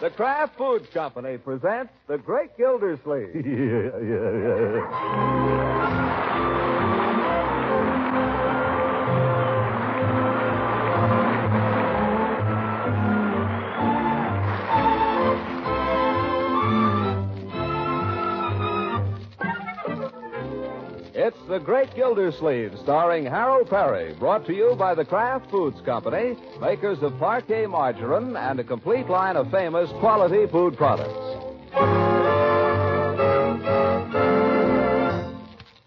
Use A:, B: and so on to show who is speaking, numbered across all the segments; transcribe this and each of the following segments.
A: The Kraft Foods Company presents The Great Gildersleeve.
B: yeah, yeah.
A: It's The Great Gildersleeve, starring Harold Perry, brought to you by the Kraft Foods Company, makers of parquet margarine and a complete line of famous quality food products.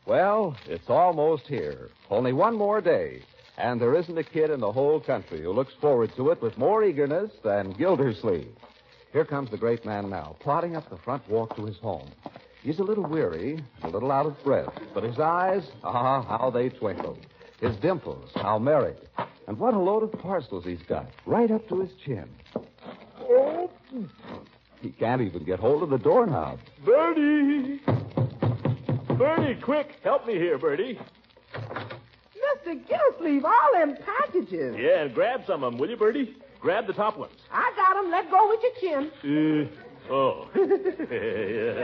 A: Well, it's almost here. Only one more day. And there isn't a kid in the whole country who looks forward to it with more eagerness than Gildersleeve. Here comes the great man now, plodding up the front walk to his home. He's a little weary, a little out of breath, but his eyes, ah, how they twinkle. His dimples, how merry. And what a load of parcels he's got, right up to his chin. He can't even get hold of the doorknob.
C: Bertie! Bertie, quick, help me here, Bertie.
D: Mr. Gilsleeve, all them packages.
C: Yeah, and grab some of them, will you, Bertie? Grab the top ones.
D: I got 'em. Let go with your chin.
C: Uh, oh. yeah.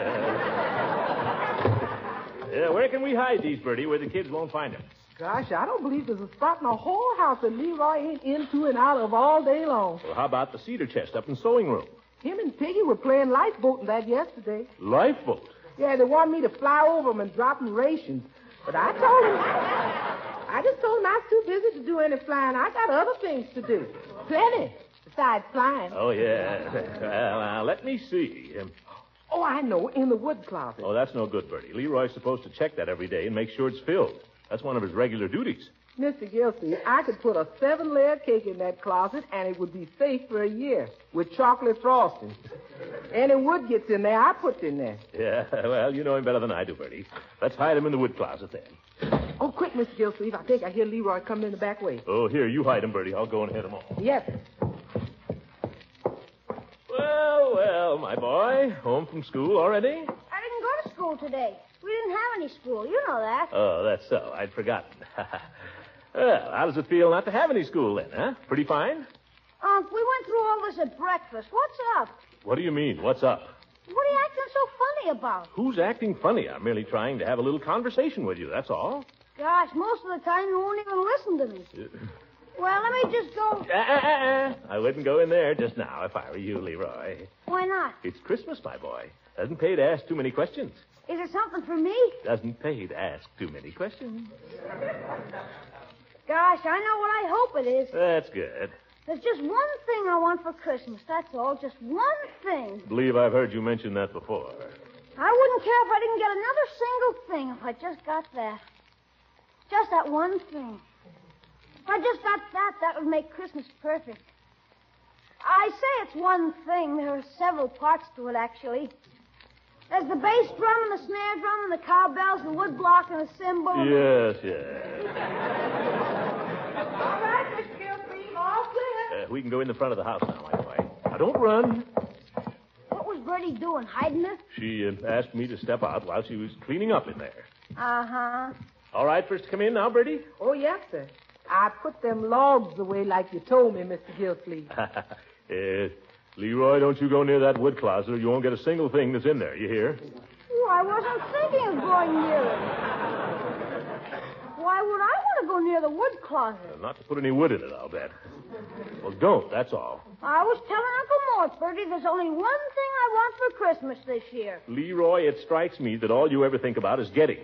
C: yeah, where can we hide these, Bertie, where the kids won't find them?
D: Gosh, I don't believe there's a spot in the whole house that Leroy ain't into and out of all day long.
C: Well, how about the cedar chest up in the sewing room?
D: Him and Piggy were playing lifeboating that yesterday.
C: Lifeboat.
D: Yeah, they wanted me to fly over 'em and drop 'em rations. But I told him, I just told him I was too busy to do any flying. I got other things to do. Plenty. Besides flying.
C: Oh, yeah. Well, now, let me see. Um,
D: Oh, I know, in the wood closet.
C: oh, that's no good, Bertie. Leroy's supposed to check that every day and make sure it's filled. That's one of his regular duties.
D: Mr. Gilsey, I could put a seven layer cake in that closet and it would be safe for a year with chocolate frosting. Any wood gets in there, I put in there.
C: Yeah, well, you know him better than I do, Bertie. Let's hide him in the wood closet then.
D: Oh, quick, Mr. Gilsleeve. I think I hear Leroy coming in the back way.
C: Oh, here, you hide him, Bertie. I'll go and head him off.
D: Yes.
C: Well, well, my boy. Home from school already?
E: I didn't go to school today. We didn't have any school. You know that.
C: Oh, that's so. I'd forgotten. well, how does it feel not to have any school then, huh? Pretty fine?
E: Unc, Um, we went through all this at breakfast. What's up?
C: What do you mean? What's up?
E: What are you acting so funny about?
C: Who's acting funny? I'm merely trying to have a little conversation with you, that's all.
E: Gosh, most of the time you won't even listen to me. Well, let me just go.
C: Ah, ah, ah, ah. Uh, I wouldn't go in there just now if I were you, Leroy.
E: Why not?
C: It's Christmas, my boy. Doesn't pay to ask too many questions.
E: Is it something for me?
C: Doesn't pay to ask too many questions.
E: Gosh, I know what I hope it is.
C: That's good.
E: There's just one thing I want for Christmas. That's all. Just one thing.
C: Believe I've heard you mention that before.
E: I wouldn't care if I didn't get another single thing if I just got that. Just that one thing. If I just got that, that would make Christmas perfect. I say it's one thing. There are several parts to it, actually. There's the bass drum and the snare drum and the cowbells, the wood block and the cymbal.
C: Yes, yes.
D: All right, Mr. Gilsleeve, all clear.
C: Uh, we can go in the front of the house now, my boy. Now, don't run.
E: What was Bertie doing? Hiding it?
C: She uh, asked me to step out while she was cleaning up in there.
E: Uh huh.
C: All right, first come in now, Bertie.
D: Oh, yes, sir. I put them logs away like you told me, Mr. Gilsleeve.
C: Uh, Leroy, don't you go near that wood closet or you won't get a single thing that's in there, you hear?
E: Oh, I wasn't thinking of going near it. Why would I want to go near the wood closet?
C: Uh, Not to put any wood in it, I'll bet. Well, don't, that's all.
E: I was telling Uncle Mort, Bertie, there's only one thing I want for Christmas this year.
C: Leroy, it strikes me that all you ever think about is getting.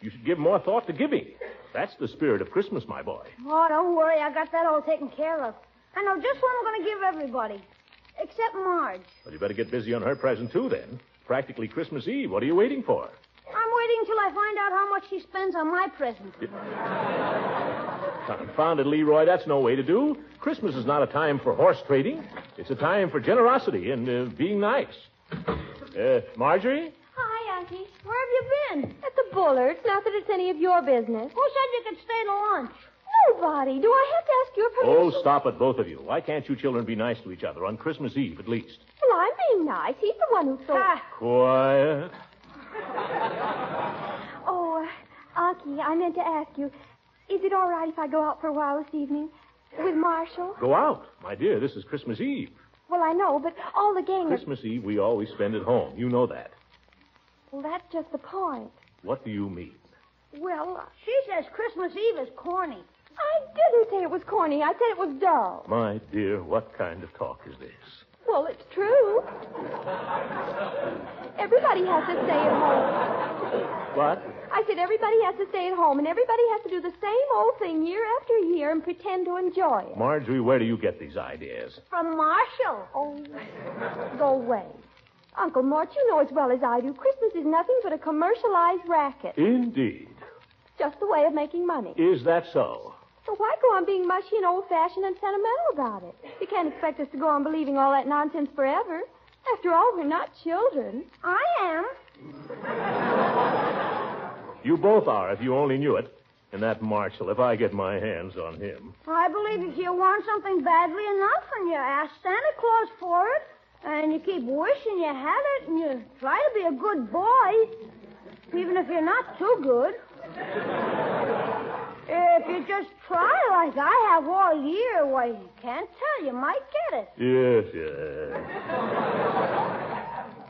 C: You should give more thought to giving. That's the spirit of Christmas, my boy.
E: Oh, don't worry, I got that all taken care of. I know just what I'm going to give everybody, except Marge.
C: Well, you better get busy on her present, too, then. Practically Christmas Eve. What are you waiting for?
E: I'm waiting till I find out how much she spends on my present.
C: Confounded Leroy, that's no way to do. Christmas is not a time for horse trading. It's a time for generosity and uh, being nice. Uh, Marjorie?
E: Hi, Auntie. Where have you been?
F: At the Bullards, not that it's any of your business.
E: Who said you could stay to lunch?
F: Nobody. Do I have to ask your
C: Oh,
F: permission?
C: stop it, both of you. Why can't you children be nice to each other on Christmas Eve, at least?
F: Well, I'm being nice. He's the one who thought.
E: Ah,
C: Quiet.
F: Oh, uh, Unky, I meant to ask you, is it all right if I go out for a while this evening with Marshall?
C: Go out. My dear, this is Christmas Eve.
F: Well, I know, but all the gang is.
C: Christmas Eve we always spend at home. You know that.
F: Well, that's just the point.
C: What do you mean?
F: Well,
E: uh, She says Christmas Eve is corny.
F: I didn't say it was corny. I said it was dull.
C: My dear, what kind of talk is this?
F: Well, it's true. Everybody has to stay at home.
C: What?
F: I said everybody has to stay at home, and everybody has to do the same old thing year after year and pretend to enjoy it.
C: Marjorie, where do you get these ideas?
E: From Marshall.
F: Oh, go away. Uncle Mort, you know as well as I do, Christmas is nothing but a commercialized racket.
C: Indeed.
F: Just a way of making money.
C: Is that so?
F: So why go on being mushy and old-fashioned and sentimental about it? You can't expect us to go on believing all that nonsense forever. After all, we're not children.
E: I am.
C: You both are, if you only knew it. And that Marshall, if I get my hands on him.
E: I believe if you want something badly enough and you ask Santa Claus for it, and you keep wishing you had it, and you try to be a good boy, even if you're not too good. if you just try like I have all year, why, you can't tell, you might get it.
C: Yes, yes.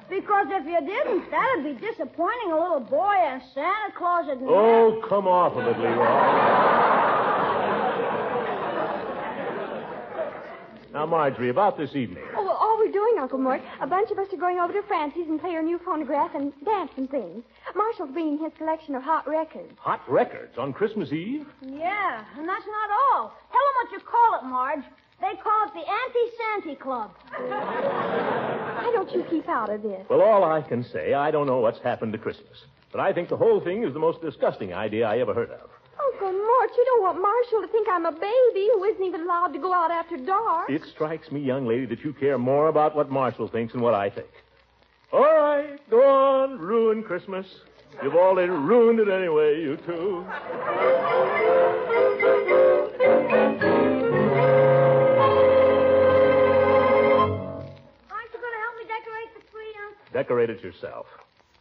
E: Because if you didn't, that'd be disappointing a little boy, and Santa Claus would never-
C: Oh, come off of it, Leroy. Now, Marjorie, about this evening.
F: Oh, well, all we're doing, Uncle Mort, a bunch of us are going over to Francie's and play her new phonograph and dance and things. Marshall's bringing his collection of hot records.
C: Hot records on Christmas Eve?
E: Yeah, and that's not all. Tell 'em what you call it, Marge. They call it the Anti-Santa Club.
F: Why don't you keep out of this?
C: Well, all I can say, I don't know what's happened to Christmas. But I think the whole thing is the most disgusting idea I ever heard of.
F: Uncle Mort, Oh, you don't want Marshall to think I'm a baby who isn't even allowed to go out after dark.
C: It strikes me, young lady, that you care more about what Marshall thinks than what I think. All right, go on, ruin Christmas. You've already ruined it anyway, you two.
E: Aren't you going to help me decorate the tree, Uncle?
C: Decorate it yourself.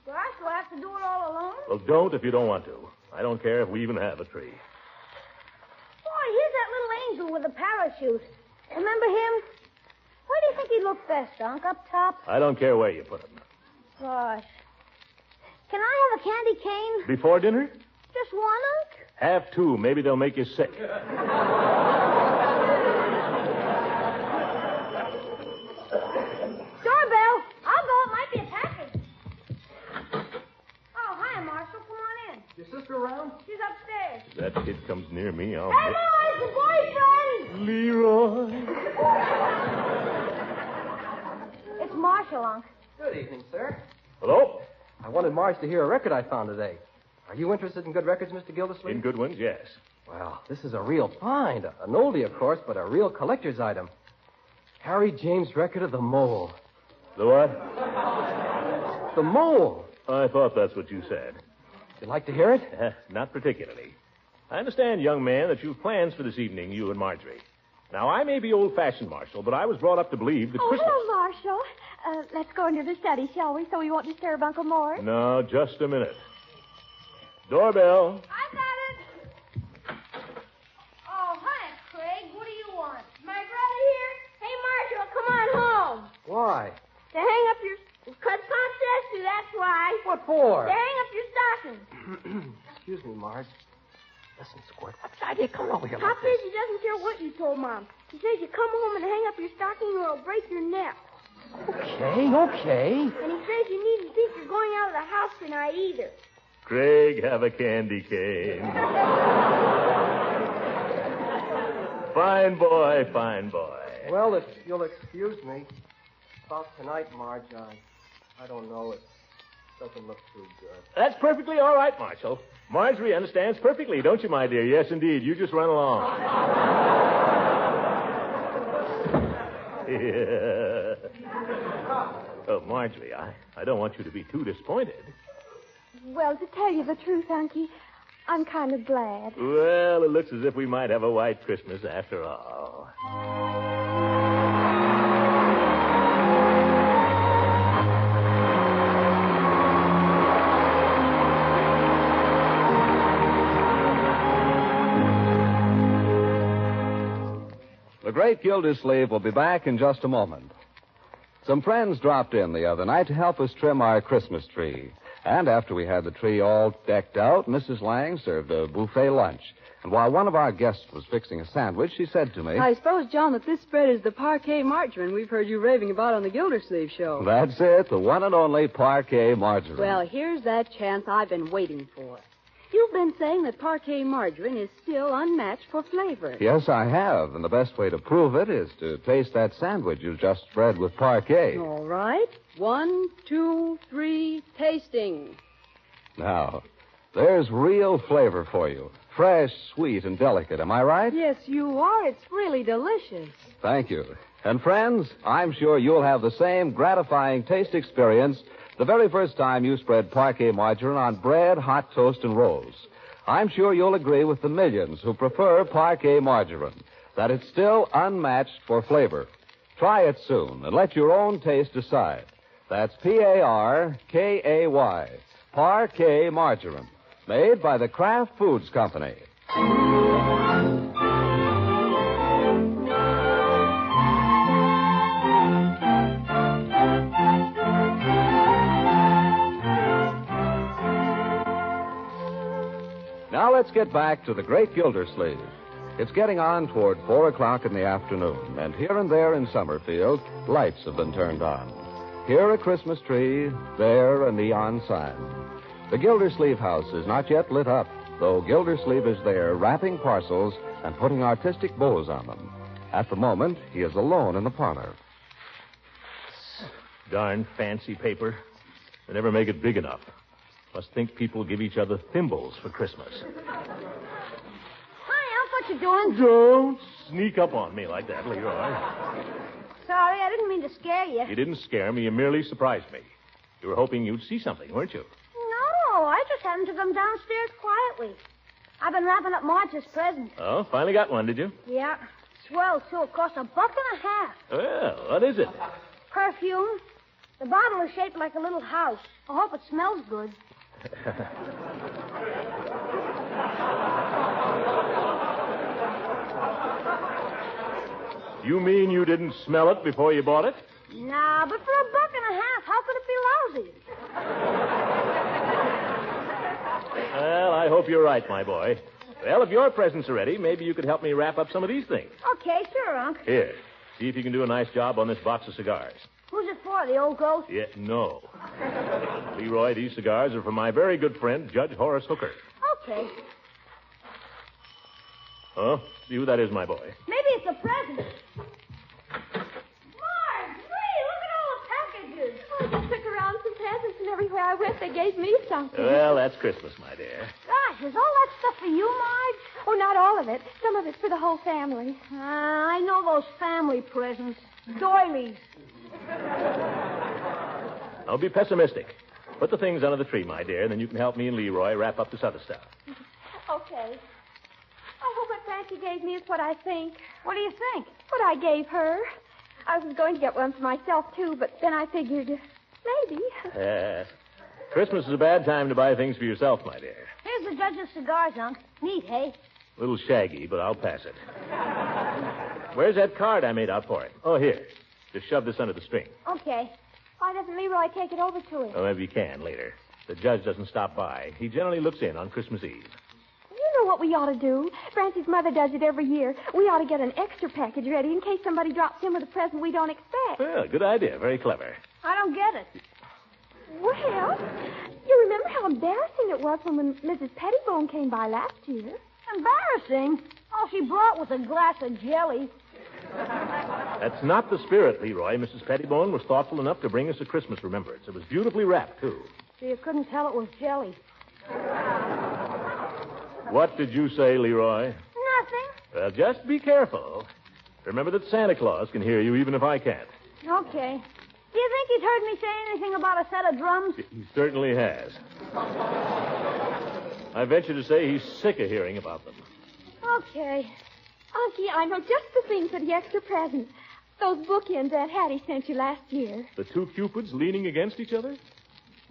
E: Gosh, do I have to do it all alone?
C: Well, don't if you don't want to. I don't care if we even have a tree.
E: Boy, here's that little angel with the parachute. Remember him? Where do you think he looked best, Unc? Up top?
C: I don't care where you put him.
E: Gosh. Can I have a candy cane?
C: Before dinner?
E: Just one, Unc?
C: Have two. Maybe they'll make you sick.
E: Doorbell! I'll go. It might be a package. Oh, hi, Marshall. Come on in.
A: Your sister around?
E: She's upstairs.
C: If that kid comes near me, I'll.
E: Hey, no, it's a boyfriend!
C: Leroy.
E: It's Marshall, Unc.
G: Good evening, sir.
C: Hello?
G: I wanted Marge to hear a record I found today. Are you interested in good records, Mr. Gildersleeve?
C: In good ones, yes.
G: Well, this is a real find. An oldie, of course, but a real collector's item. Harry James' record of the mole.
C: The what?
G: The mole!
C: I thought that's what you said.
G: You'd like to hear it?
C: Eh, Not particularly. I understand, young man, that you've plans for this evening, you and Marjorie. Now, I may be old fashioned, Marshal, but I was brought up to believe that
F: Oh,
C: Christmas.
F: hello, Marshall. Uh, let's go into the study, shall we, so we won't disturb Uncle Mort?
C: No, just a minute. Doorbell.
E: I got it. Oh, hi, Craig. What do you want? My brother here? Hey, Marshall, come on home.
G: Why?
E: To hang up your... Because Pop says to, that's why.
G: What for?
E: To hang up your stockings.
G: Excuse me, Marge. Listen, Squirt, what's the idea coming over here
E: Pop
G: like
E: says
G: this?
E: he doesn't care what you told Mom. He says you come home and hang up your stocking or it'll break your neck.
G: Okay, okay.
E: And he says you needn't think you're going out of the house tonight either.
C: Craig, have a candy cane. fine boy, fine boy.
G: Well, if you'll excuse me. About tonight, Marge, I, I don't know. It doesn't look too good.
C: That's perfectly all right, Marshal. Marjorie understands perfectly, don't you, my dear? Yes, indeed. You just run along. Yeah. Oh, Marjorie, I, I don't want you to be too disappointed.
F: Well, to tell you the truth, Unky, I'm kind of glad.
C: Well, it looks as if we might have a white Christmas after all.
A: The great Gildersleeve will be back in just a moment. Some friends dropped in the other night to help us trim our Christmas tree. And after we had the tree all decked out, Mrs. Lang served a buffet lunch. And while one of our guests was fixing a sandwich, she said to me,
H: I suppose, John, that this spread is the parquet margarine we've heard you raving about on the Gildersleeve show.
A: That's it, the one and only parquet margarine.
H: Well, here's that chance I've been waiting for. You've been saying that parquet margarine is still unmatched for flavor.
A: Yes, I have. And the best way to prove it is to taste that sandwich you just spread with parquet.
H: All right. One, two, three, tasting.
A: Now, there's real flavor for you. Fresh, sweet, and delicate. Am I right?
H: Yes, you are. It's really delicious.
A: Thank you. And friends, I'm sure you'll have the same gratifying taste experience the very first time you spread parquet margarine on bread, hot toast, and rolls. I'm sure you'll agree with the millions who prefer parquet margarine that it's still unmatched for flavor. Try it soon and let your own taste decide. That's P A R K A Y, parquet margarine, made by the Kraft Foods Company. Now let's get back to the Great Gildersleeve. It's getting on toward four o'clock in the afternoon, and here and there in Summerfield, lights have been turned on. Here a Christmas tree, there a neon sign. The Gildersleeve house is not yet lit up, though Gildersleeve is there wrapping parcels and putting artistic bows on them. At the moment, he is alone in the parlor.
C: Darn fancy paper. They never make it big enough. Must think people give each other thimbles for Christmas.
E: Hi, Unc, what you doing?
C: Don't sneak up on me like that, Leroy.
E: Sorry, I didn't mean to scare you.
C: You didn't scare me. You merely surprised me. You were hoping you'd see something, weren't you?
E: No, I just happened to come downstairs quietly. I've been wrapping up Marge's present.
C: Oh, finally got one, did you?
E: Yeah. Swell, too. It cost a buck and a half.
C: Well, what is it?
E: Perfume. The bottle is shaped like a little house. I hope it smells good.
C: You mean you didn't smell it before you bought it?
E: Nah, but for a buck and a half, how could it be lousy?
C: Well, I hope you're right, my boy. Well, if your presents are ready, maybe you could help me wrap up some of these things.
E: Okay, sure, Unc.
C: Here, see if you can do a nice job on this box of cigars.
E: Who's it for, the old ghost?
C: Yeah, no. Leroy, these cigars are for my very good friend, Judge Horace Hooker.
E: Okay.
C: Huh? See who that is, my boy.
E: Maybe it's a present. Marge, Lee, look at all the packages.
F: I just took around some presents, and everywhere I went, they gave me something.
C: Well, that's Christmas, my dear.
E: Gosh, is all that stuff for you, Marge?
F: Oh, not all of it. Some of it's for the whole family.
E: Ah, I know those family presents. Doilies.
C: Don't be pessimistic. Put the things under the tree, my dear, and then you can help me and Leroy wrap up this other stuff.
F: Okay. I hope what Francie gave me is what I think.
E: What do you think?
F: What I gave her. I was going to get one for myself, too, but then I figured maybe.
C: Uh, Christmas is a bad time to buy things for yourself, my dear.
E: Here's the judge's cigars, Unc. Neat, hey?
C: A little shaggy, but I'll pass it. Where's that card I made out for him? Oh, here. Just shove this under the string.
E: Okay.
F: Why doesn't Leroy take it over to him?
C: Well, maybe you can later. The judge doesn't stop by. He generally looks in on Christmas Eve.
F: You know what we ought to do? Francie's mother does it every year. We ought to get an extra package ready in case somebody drops in with a present we don't expect.
C: Well, good idea. Very clever.
E: I don't get it.
F: Well, you remember how embarrassing it was when, when Mrs. Pettibone came by last year.
E: Embarrassing. All she brought was a glass of jelly.
C: That's not the spirit, Leroy. Mrs. Pettibone was thoughtful enough to bring us a Christmas remembrance. It was beautifully wrapped, too.
E: So you couldn't tell it was jelly.
C: What did you say, Leroy?
E: Nothing.
C: Well, just be careful. Remember that Santa Claus can hear you even if I can't.
E: Okay. Do you think he's heard me say anything about a set of drums?
C: He certainly has. I venture to say he's sick of hearing about them.
E: Okay.
F: Unky, I know just the thing for the extra present. Those bookends Aunt Hattie sent you last year.
C: The two Cupids leaning against each other?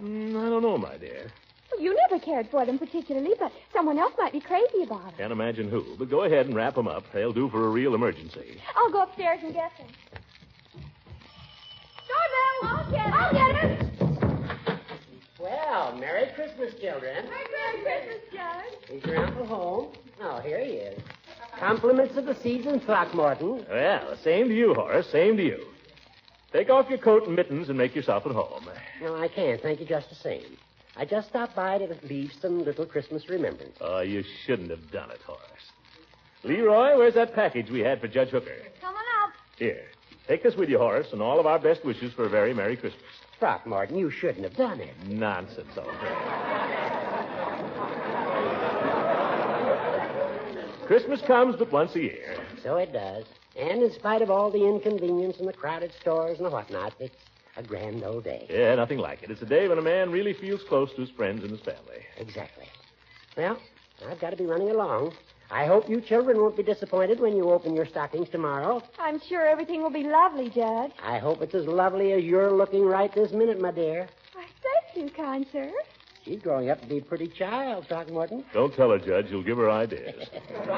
C: Mm, I don't know, my dear.
F: Well, you never cared for them particularly, but someone else might be crazy about them.
C: Can't imagine who. But go ahead and wrap them up. They'll do for a real emergency.
F: I'll go upstairs and get them. Doorbell!
I: Christmas, children.
E: Merry Christmas, Jared.
I: Is your uncle home? Oh, here he is. Compliments of the season, Throckmorton.
C: Well, same to you, Horace. Same to you. Take off your coat and mittens and make yourself at home.
I: No, I can't. Thank you just the same. I just stopped by to leave some little Christmas remembrance.
C: Oh, you shouldn't have done it, Horace. Leroy, where's that package we had for Judge Hooker?
E: Coming up.
C: Here, take this with you, Horace, and all of our best wishes for a very Merry Christmas.
I: Throckmorton, you shouldn't have done it.
C: Nonsense, old friend. Christmas comes but once a year.
I: So it does. And in spite of all the inconvenience and the crowded stores and the whatnot, it's a grand old day.
C: Yeah, nothing like it. It's a day when a man really feels close to his friends and his family.
I: Exactly. Well, I've got to be running along. I hope you children won't be disappointed when you open your stockings tomorrow.
F: I'm sure everything will be lovely, Judge.
I: I hope it's as lovely as you're looking right this minute, my dear.
F: Why, thank you, kind sir.
I: She's growing up to be a pretty child, Throckmorton.
C: Don't tell her, Judge. You'll give her ideas.
F: Oh,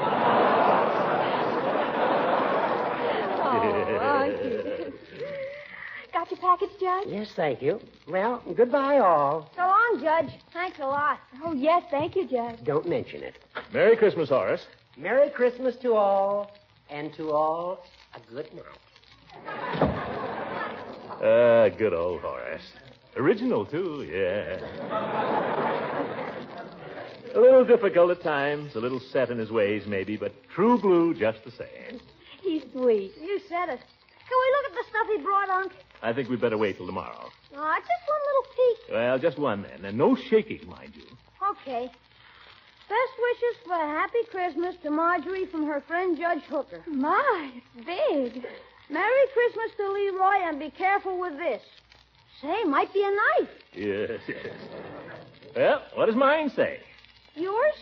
F: aren't you? Got your package, Judge?
I: Yes, thank you. Well, goodbye, all.
E: So long, Judge. Thanks a lot.
F: Oh, yes, thank you, Judge.
I: Don't mention it.
C: Merry Christmas, Horace.
I: Merry Christmas to all, and to all a good night.
C: Ah, good old Horace. Original, too, yeah. a little difficult at times, a little set in his ways, maybe, but true blue just the same.
F: He's sweet.
E: You said it. Can we look at the stuff he brought, Unc?
C: I think we'd better wait till tomorrow.
F: Ah,
E: Aw, just one little peek.
C: Well, just one then, and no shaking, mind you.
E: Okay. Best wishes for a happy Christmas to Marjorie from her friend Judge Hooker.
F: My, it's big.
E: Merry Christmas to Leroy, and be careful with this. Say, might be a knife.
C: Yes, yes. Well, what does mine say?
E: Yours?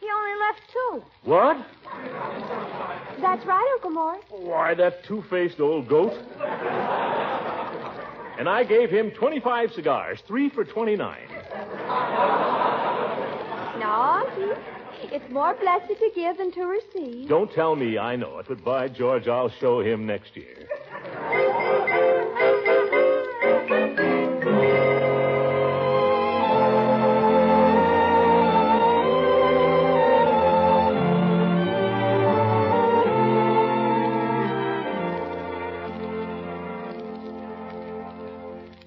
E: He only left two.
C: What?
F: That's right, Uncle Mort.
C: Why, that two faced old goat. and I gave him 25 cigars, three for 29.
F: No, see? It's more blessed to give than to receive.
C: Don't tell me I know it, but by George, I'll show him next year.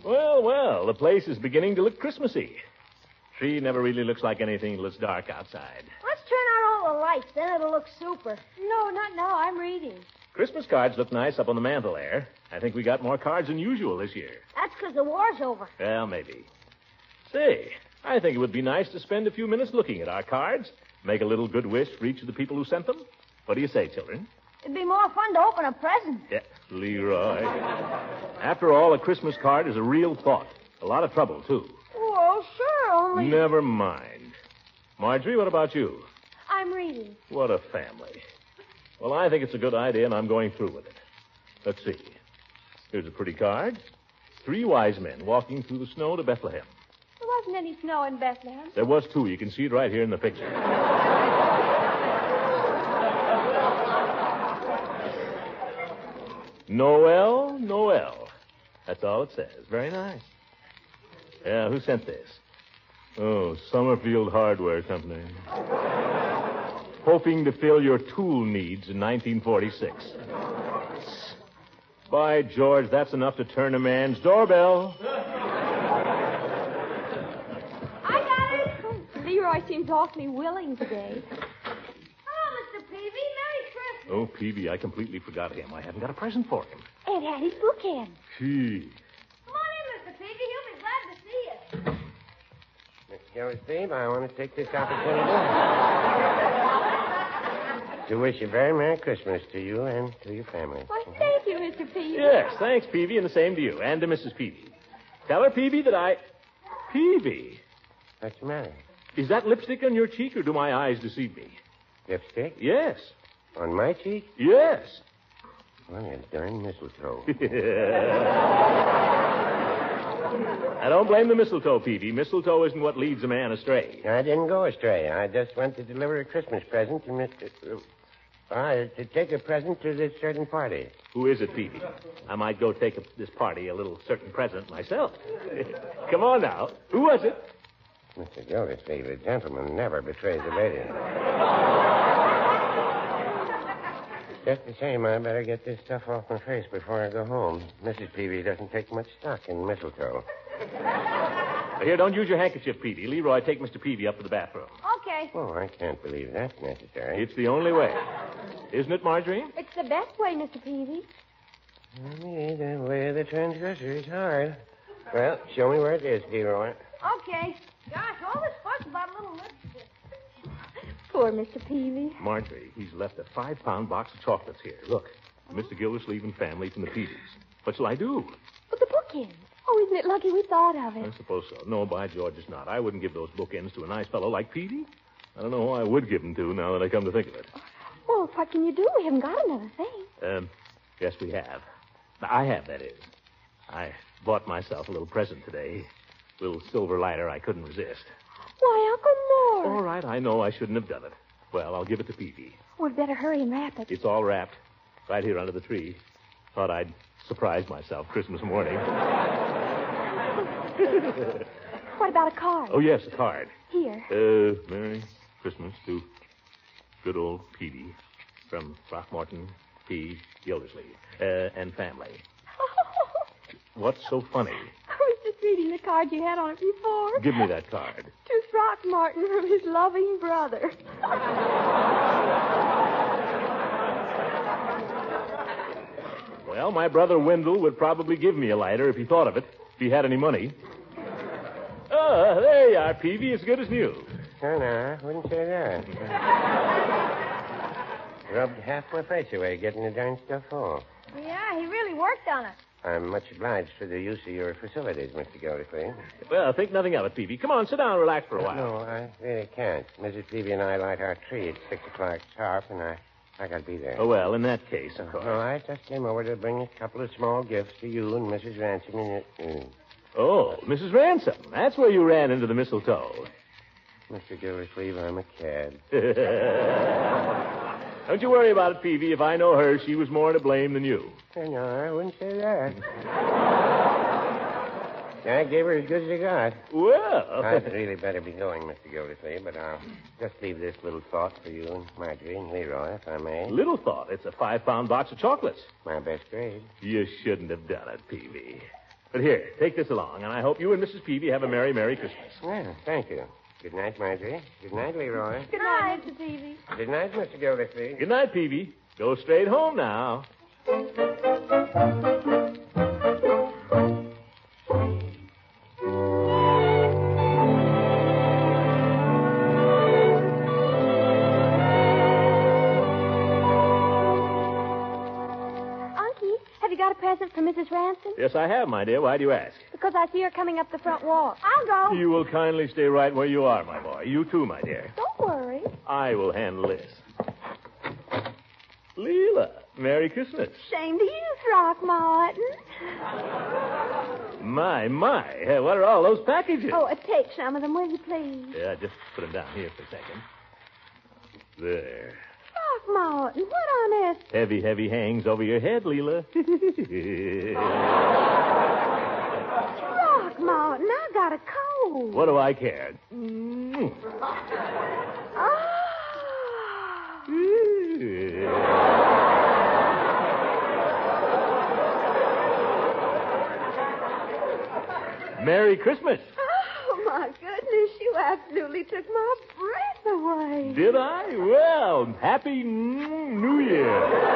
C: Well, well, the place is beginning to look Christmassy. Tree never really looks like anything till it's dark outside.
E: Let's turn out all the lights, then it'll look super.
F: No, not now. I'm reading.
C: Christmas cards look nice up on the mantel there. I think we got more cards than usual this year.
E: That's because the war's over.
C: Well, maybe. Say, I think it would be nice to spend a few minutes looking at our cards, make a little good wish for each of the people who sent them. What do you say, children?
E: It'd be more fun to open a present.
C: Yeah, Leroy. After all, a Christmas card is a real thought. A lot of trouble, too.
E: Oh, sure, only.
C: Never mind. Marjorie, what about you?
F: I'm reading.
C: What a family. Well, I think it's a good idea, and I'm going through with it. Let's see. Here's a pretty card. Three wise men walking through the snow to Bethlehem.
F: There wasn't any snow in Bethlehem.
C: There was two. You can see it right here in the picture. Noel, Noel. That's all it says. Very nice. Yeah, who sent this? Oh, Summerfield Hardware Company. Hoping to fill your tool needs in 1946. By George, that's enough to turn a man's doorbell.
F: I got it. Leroy seems awfully willing today.
E: Hello, Mr. Peavy. Merry Christmas.
C: Oh, Peavy, I completely forgot him. I haven't got a present for him.
F: It had his book in.
C: Gee.
E: Come on in, Mr. Peavy. He'll be glad to see you.
G: Miss Josephine, I want to take this opportunity to wish a very Merry Christmas to you and to your family.
F: Why, thank you, Mr. Peavy.
C: Yes, thanks, Peavy, and the same to you, and to Mrs. Peavy. Tell her, Peavy, that I. Peavy,
G: What's the matter?
C: is that lipstick on your cheek, or do my eyes deceive me?
G: Lipstick?
C: Yes,
G: On my cheek?
C: yes.
G: Well, you darn mistletoe.
C: I don't blame the mistletoe, Peavy. Mistletoe isn't what leads a man astray.
G: I didn't go astray. I just went to deliver a Christmas present to Mr. Uh, uh, to take a present to this certain party.
C: Who is it, Peavy? I might go take a, this party a little certain present myself. Come on now. Who was it?
J: Mr. Gildersleeve, a gentleman never betrays a lady. Just the same, I better get this stuff off my face before I go home. Mrs. Peavy doesn't take much stock in mistletoe.
C: Now, Here, don't use your handkerchief, Peavy. Leroy, take Mr. Peavy up to the bathroom.
E: Okay.
J: Oh, I can't believe that's necessary.
C: It's the only way. Isn't it, Marjorie?
F: It's the best way, Mr. Peavy.
J: Me, the way of the transgressor is hard. Well, show me where it is, Leroy.
E: Okay. Gosh, all this fuss about a little lipstick.
F: Poor Mr. Peavy.
C: Marjorie, he's left a five pound box of chocolates here. Look, Mr. Gildersleeve and family from the Peavies. What shall I do?
F: But the bookends. Oh, isn't it lucky we thought of
C: I
F: it?
C: suppose so. No, by George, it's not. I wouldn't give those bookends to a nice fellow like Peavy. I don't know who I would give them to now that I come to think of it.
F: Well, what can you do? We haven't got another thing.
C: Um, yes, we have. I have, that is. I bought myself a little present today. A little silver lighter I couldn't resist.
F: Why, Uncle Mort.
C: All right, I know I shouldn't have done it. Well, I'll give it to Peavy.
F: We'd better hurry and wrap it.
C: It's all wrapped right here under the tree. Thought I'd surprise myself Christmas morning.
F: What about a card?
C: Oh, yes, a card.
F: Here.
C: Uh, Merry Christmas to good old Peavy from Throckmorton P. Gildersleeve uh, and family. What's so funny?
F: I was just reading the card you had on it before.
C: Give me that card.
F: To Throckmorton from his loving brother.
C: Well, my brother Wendell would probably give me a lighter if he thought of it, if he had any money. Oh, there you are, Peavy, as good as new.
J: No, no, I wouldn't say that. Rubbed half my face away getting the darn stuff off.
E: Yeah, he really worked on it.
J: I'm much obliged for the use of your facilities, Mr. Gildersleeve.
C: Well, think nothing of it, Peavy. Come on, sit down and relax for a while.
J: No, I really can't. Mrs. Peavy and I light our tree at six o'clock sharp, and I, I gotta be there.
C: Oh, well, in that case, uh, of course.
J: Well, I just came over to bring a couple of small gifts to you and Mrs. Ransom and uh,
C: Oh, Mrs. Ransom. That's where you ran into the mistletoe.
J: Mr. Gildersleeve. I'm a cad.
C: Don't you worry about it, Peavy. If I know her, she was more to blame than you.
J: No, no, I wouldn't say that. I gave her as good as I got.
C: Well,
J: I'd really better be going, Mr. Gildersleeve, but I'll just leave this little thought for you and Marjorie and Leroy, if I may.
C: little thought. It's a five pound box of chocolates.
J: My best grade.
C: You shouldn't have done it, Peavy. But here, take this along, and I hope you and Mrs. Peavy have a merry, merry Christmas.
J: Well, thank you. Good night, Marjorie. Good night, Leroy.
F: Good night, Mr. Peavy.
J: Good night, Mr. Gildersleeve.
C: Good night, Peavy. Go straight home now.
F: Unky, have you got a present for Mrs. Ransom?
C: Yes, I have, my dear. Why do you ask?
F: Because I see her coming up the front walk.
E: I'll go.
C: You will kindly stay right where you are, my boy. You too, my dear.
F: Don't worry.
C: I will handle this. Leela, Merry Christmas.
F: Same to you, Throckmorton.
C: My, my. Hey, What are all those packages?
F: Oh, uh, take some of them, will you, please?
C: Yeah, just put them down here for a second. There.
F: Throckmorton, what on earth?
C: Heavy, heavy hangs over your head, Leela.
F: Throckmorton, I got a cold.
C: what do I care? Mm.
F: Ah.
C: Merry Christmas.
F: Oh, my goodness, you absolutely took my breath away.
C: Did I? Well, happy New Year.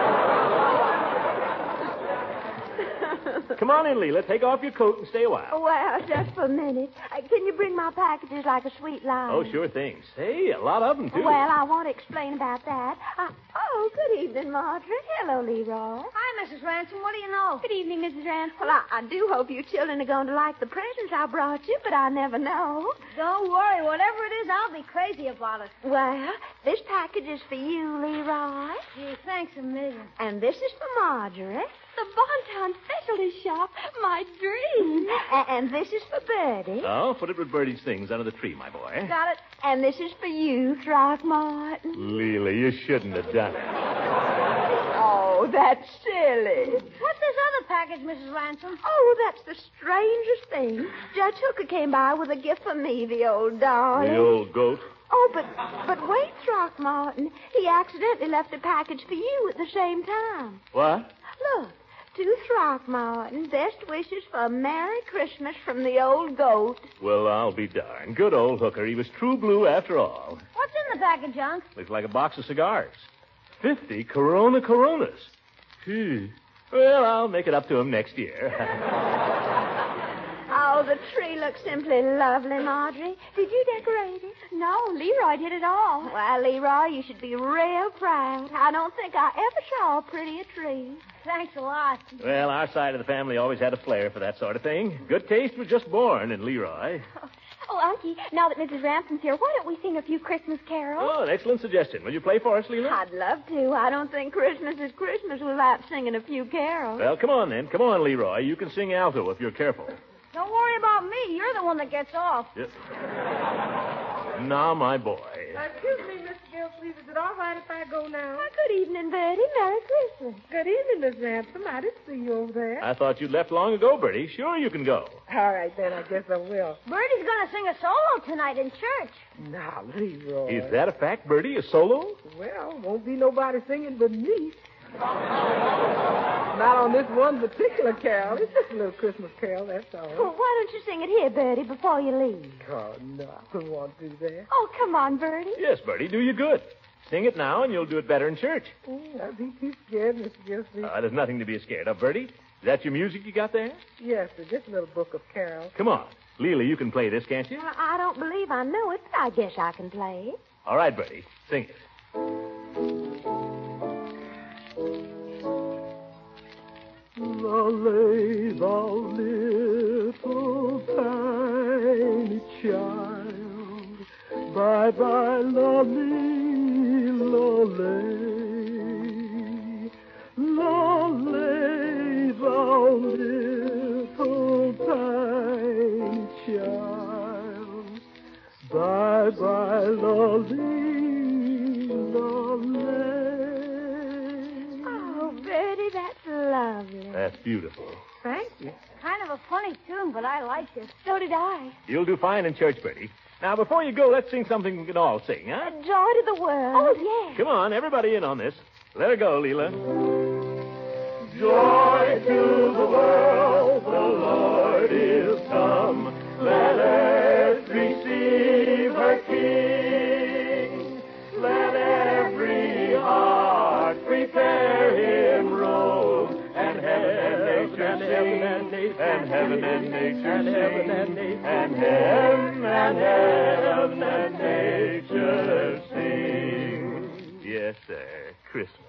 C: Come on in, Leela. Take off your coat and stay a while.
F: Well, just for a minute. Uh, can you bring my packages like a sweet line?
C: Oh, sure thing. Say, a lot of them, too.
F: Well, I want to explain about that. Uh, oh, good evening, Marjorie. Hello, Leroy.
E: Hi, Mrs. Ransom. What do you know?
F: Good evening, Mrs. Ransom. Well, I, I do hope you children are going to like the presents I brought you, but I never know.
E: Don't worry. Whatever it is, I'll be crazy about it.
F: Well, this package is for you, Leroy.
E: Gee, thanks a million.
F: And this is for Marjorie. The Bonton Specialty Shop, my dream. and this is for Bertie.
C: Oh, put it with Bertie's things under the tree, my boy.
E: Got it.
F: And this is for you, Throckmorton.
C: Leela, you shouldn't have done it.
F: Oh, that's silly.
E: What's this other package, Mrs. Ransom?
F: Oh, that's the strangest thing. Judge Hooker came by with a gift for me, the old darling.
C: The old goat.
F: Oh, but but wait, Throckmorton. He accidentally left a package for you at the same time.
C: What?
F: Look, to Throckmorton, best wishes for a Merry Christmas from the old goat.
C: Well, I'll be darned. Good old hooker. He was true blue after all.
E: What's in the package, Unc?
C: Looks like a box of cigars. Fifty Corona Coronas. Gee. Well, I'll make it up to him next year.
F: Oh, the tree looks simply lovely, Marjorie. Did you decorate it? No, Leroy did it all. Well, Leroy, you should be real proud. I don't think I ever saw a prettier tree.
E: Thanks a lot.
C: well, our side of the family always had a flair for that sort of thing. Good taste was just born in Leroy.
F: Oh, Unky, now that Mrs. Ransom's here, why don't we sing a few Christmas carols?
C: Oh, an excellent suggestion. Will you play for us, Leela?
F: I'd love to. I don't think Christmas is Christmas without singing a few carols.
C: Well, come on then. Come on, Leroy. You can sing alto if you're careful.
E: Don't worry about me. You're the one that gets off.
C: Yes. Now, my boy.
D: Uh, excuse me, Miss Gilsleeve. Is it all right if I go now?
F: Good evening, Bertie. Merry Christmas.
D: Good evening, Miss Ransom. I didn't see you over there.
C: I thought you'd left long ago, Bertie. Sure, you can go.
D: All right, then. I guess I will.
E: Bertie's going to sing a solo tonight in church.
D: Now, Leroy.
C: Is that a fact, Bertie? A solo?
D: Well, won't be nobody singing but me. Not on this one particular carol. It's just a little Christmas carol, that's all.
F: Well, why don't you sing it here, Bertie, before you leave?
D: Oh, no, I couldn't want to do that.
F: Oh, come on, Bertie.
C: Yes, Bertie, do you good. Sing it now, and you'll do it better in church.
D: Mm, I'd be too scared, Mr. Gilsleeve.
C: Uh, there's nothing to be scared of, Bertie. Is that your music you got there?
D: yes, but just a little book of carols.
C: Come on. Leela, you can play this, can't you?
F: Well, I don't believe I know it, but I guess I can play it.
C: All right, Bertie. Sing it.
B: La lay thou little tiny child, bye bye, lovely Lolly. Lolly, thou little tiny child, bye bye, lovely Lolly.
F: Oh, Bertie, that's lovely.
C: That's beautiful.
F: Thank you.
E: Kind of a funny tune, but I liked it.
F: So did I.
C: You'll do fine in church, Bertie. Now, before you go, let's sing something we can all sing, huh?
F: Joy to the world. Oh, yes.
C: Come on, everybody in on this. Let her go, Leela.
B: Joy to the world, the Lord is come. Let earth receive her King. Let every heart prepare him robe, and heaven and nature sing, and heaven and nature sing, and heaven and heaven and nature sing.
C: Yes, sir. Christmas.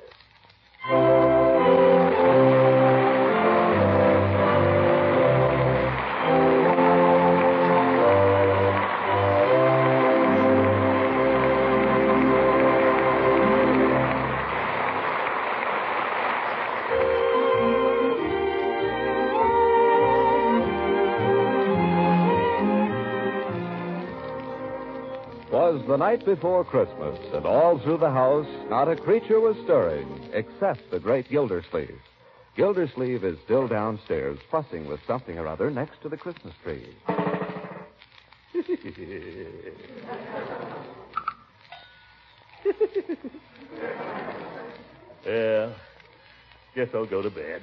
A: Was the night before Christmas, and all through the house, not a creature was stirring except the great Gildersleeve. Gildersleeve is still downstairs, fussing with something or other next to the Christmas tree.
C: Yeah. Guess I'll go to bed.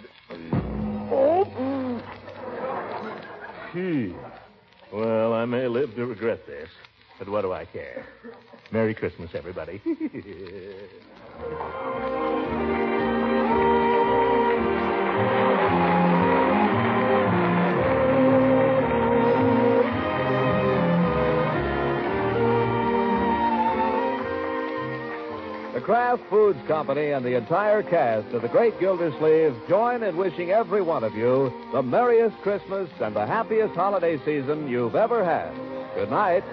C: Gee. Well, I may live to regret this, but what do I care? Merry Christmas, everybody.
A: The Kraft Foods Company and the entire cast of The Great Gildersleeve join in wishing every one of you the merriest Christmas and the happiest holiday season you've ever had. Good night.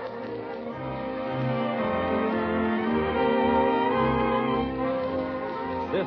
K: This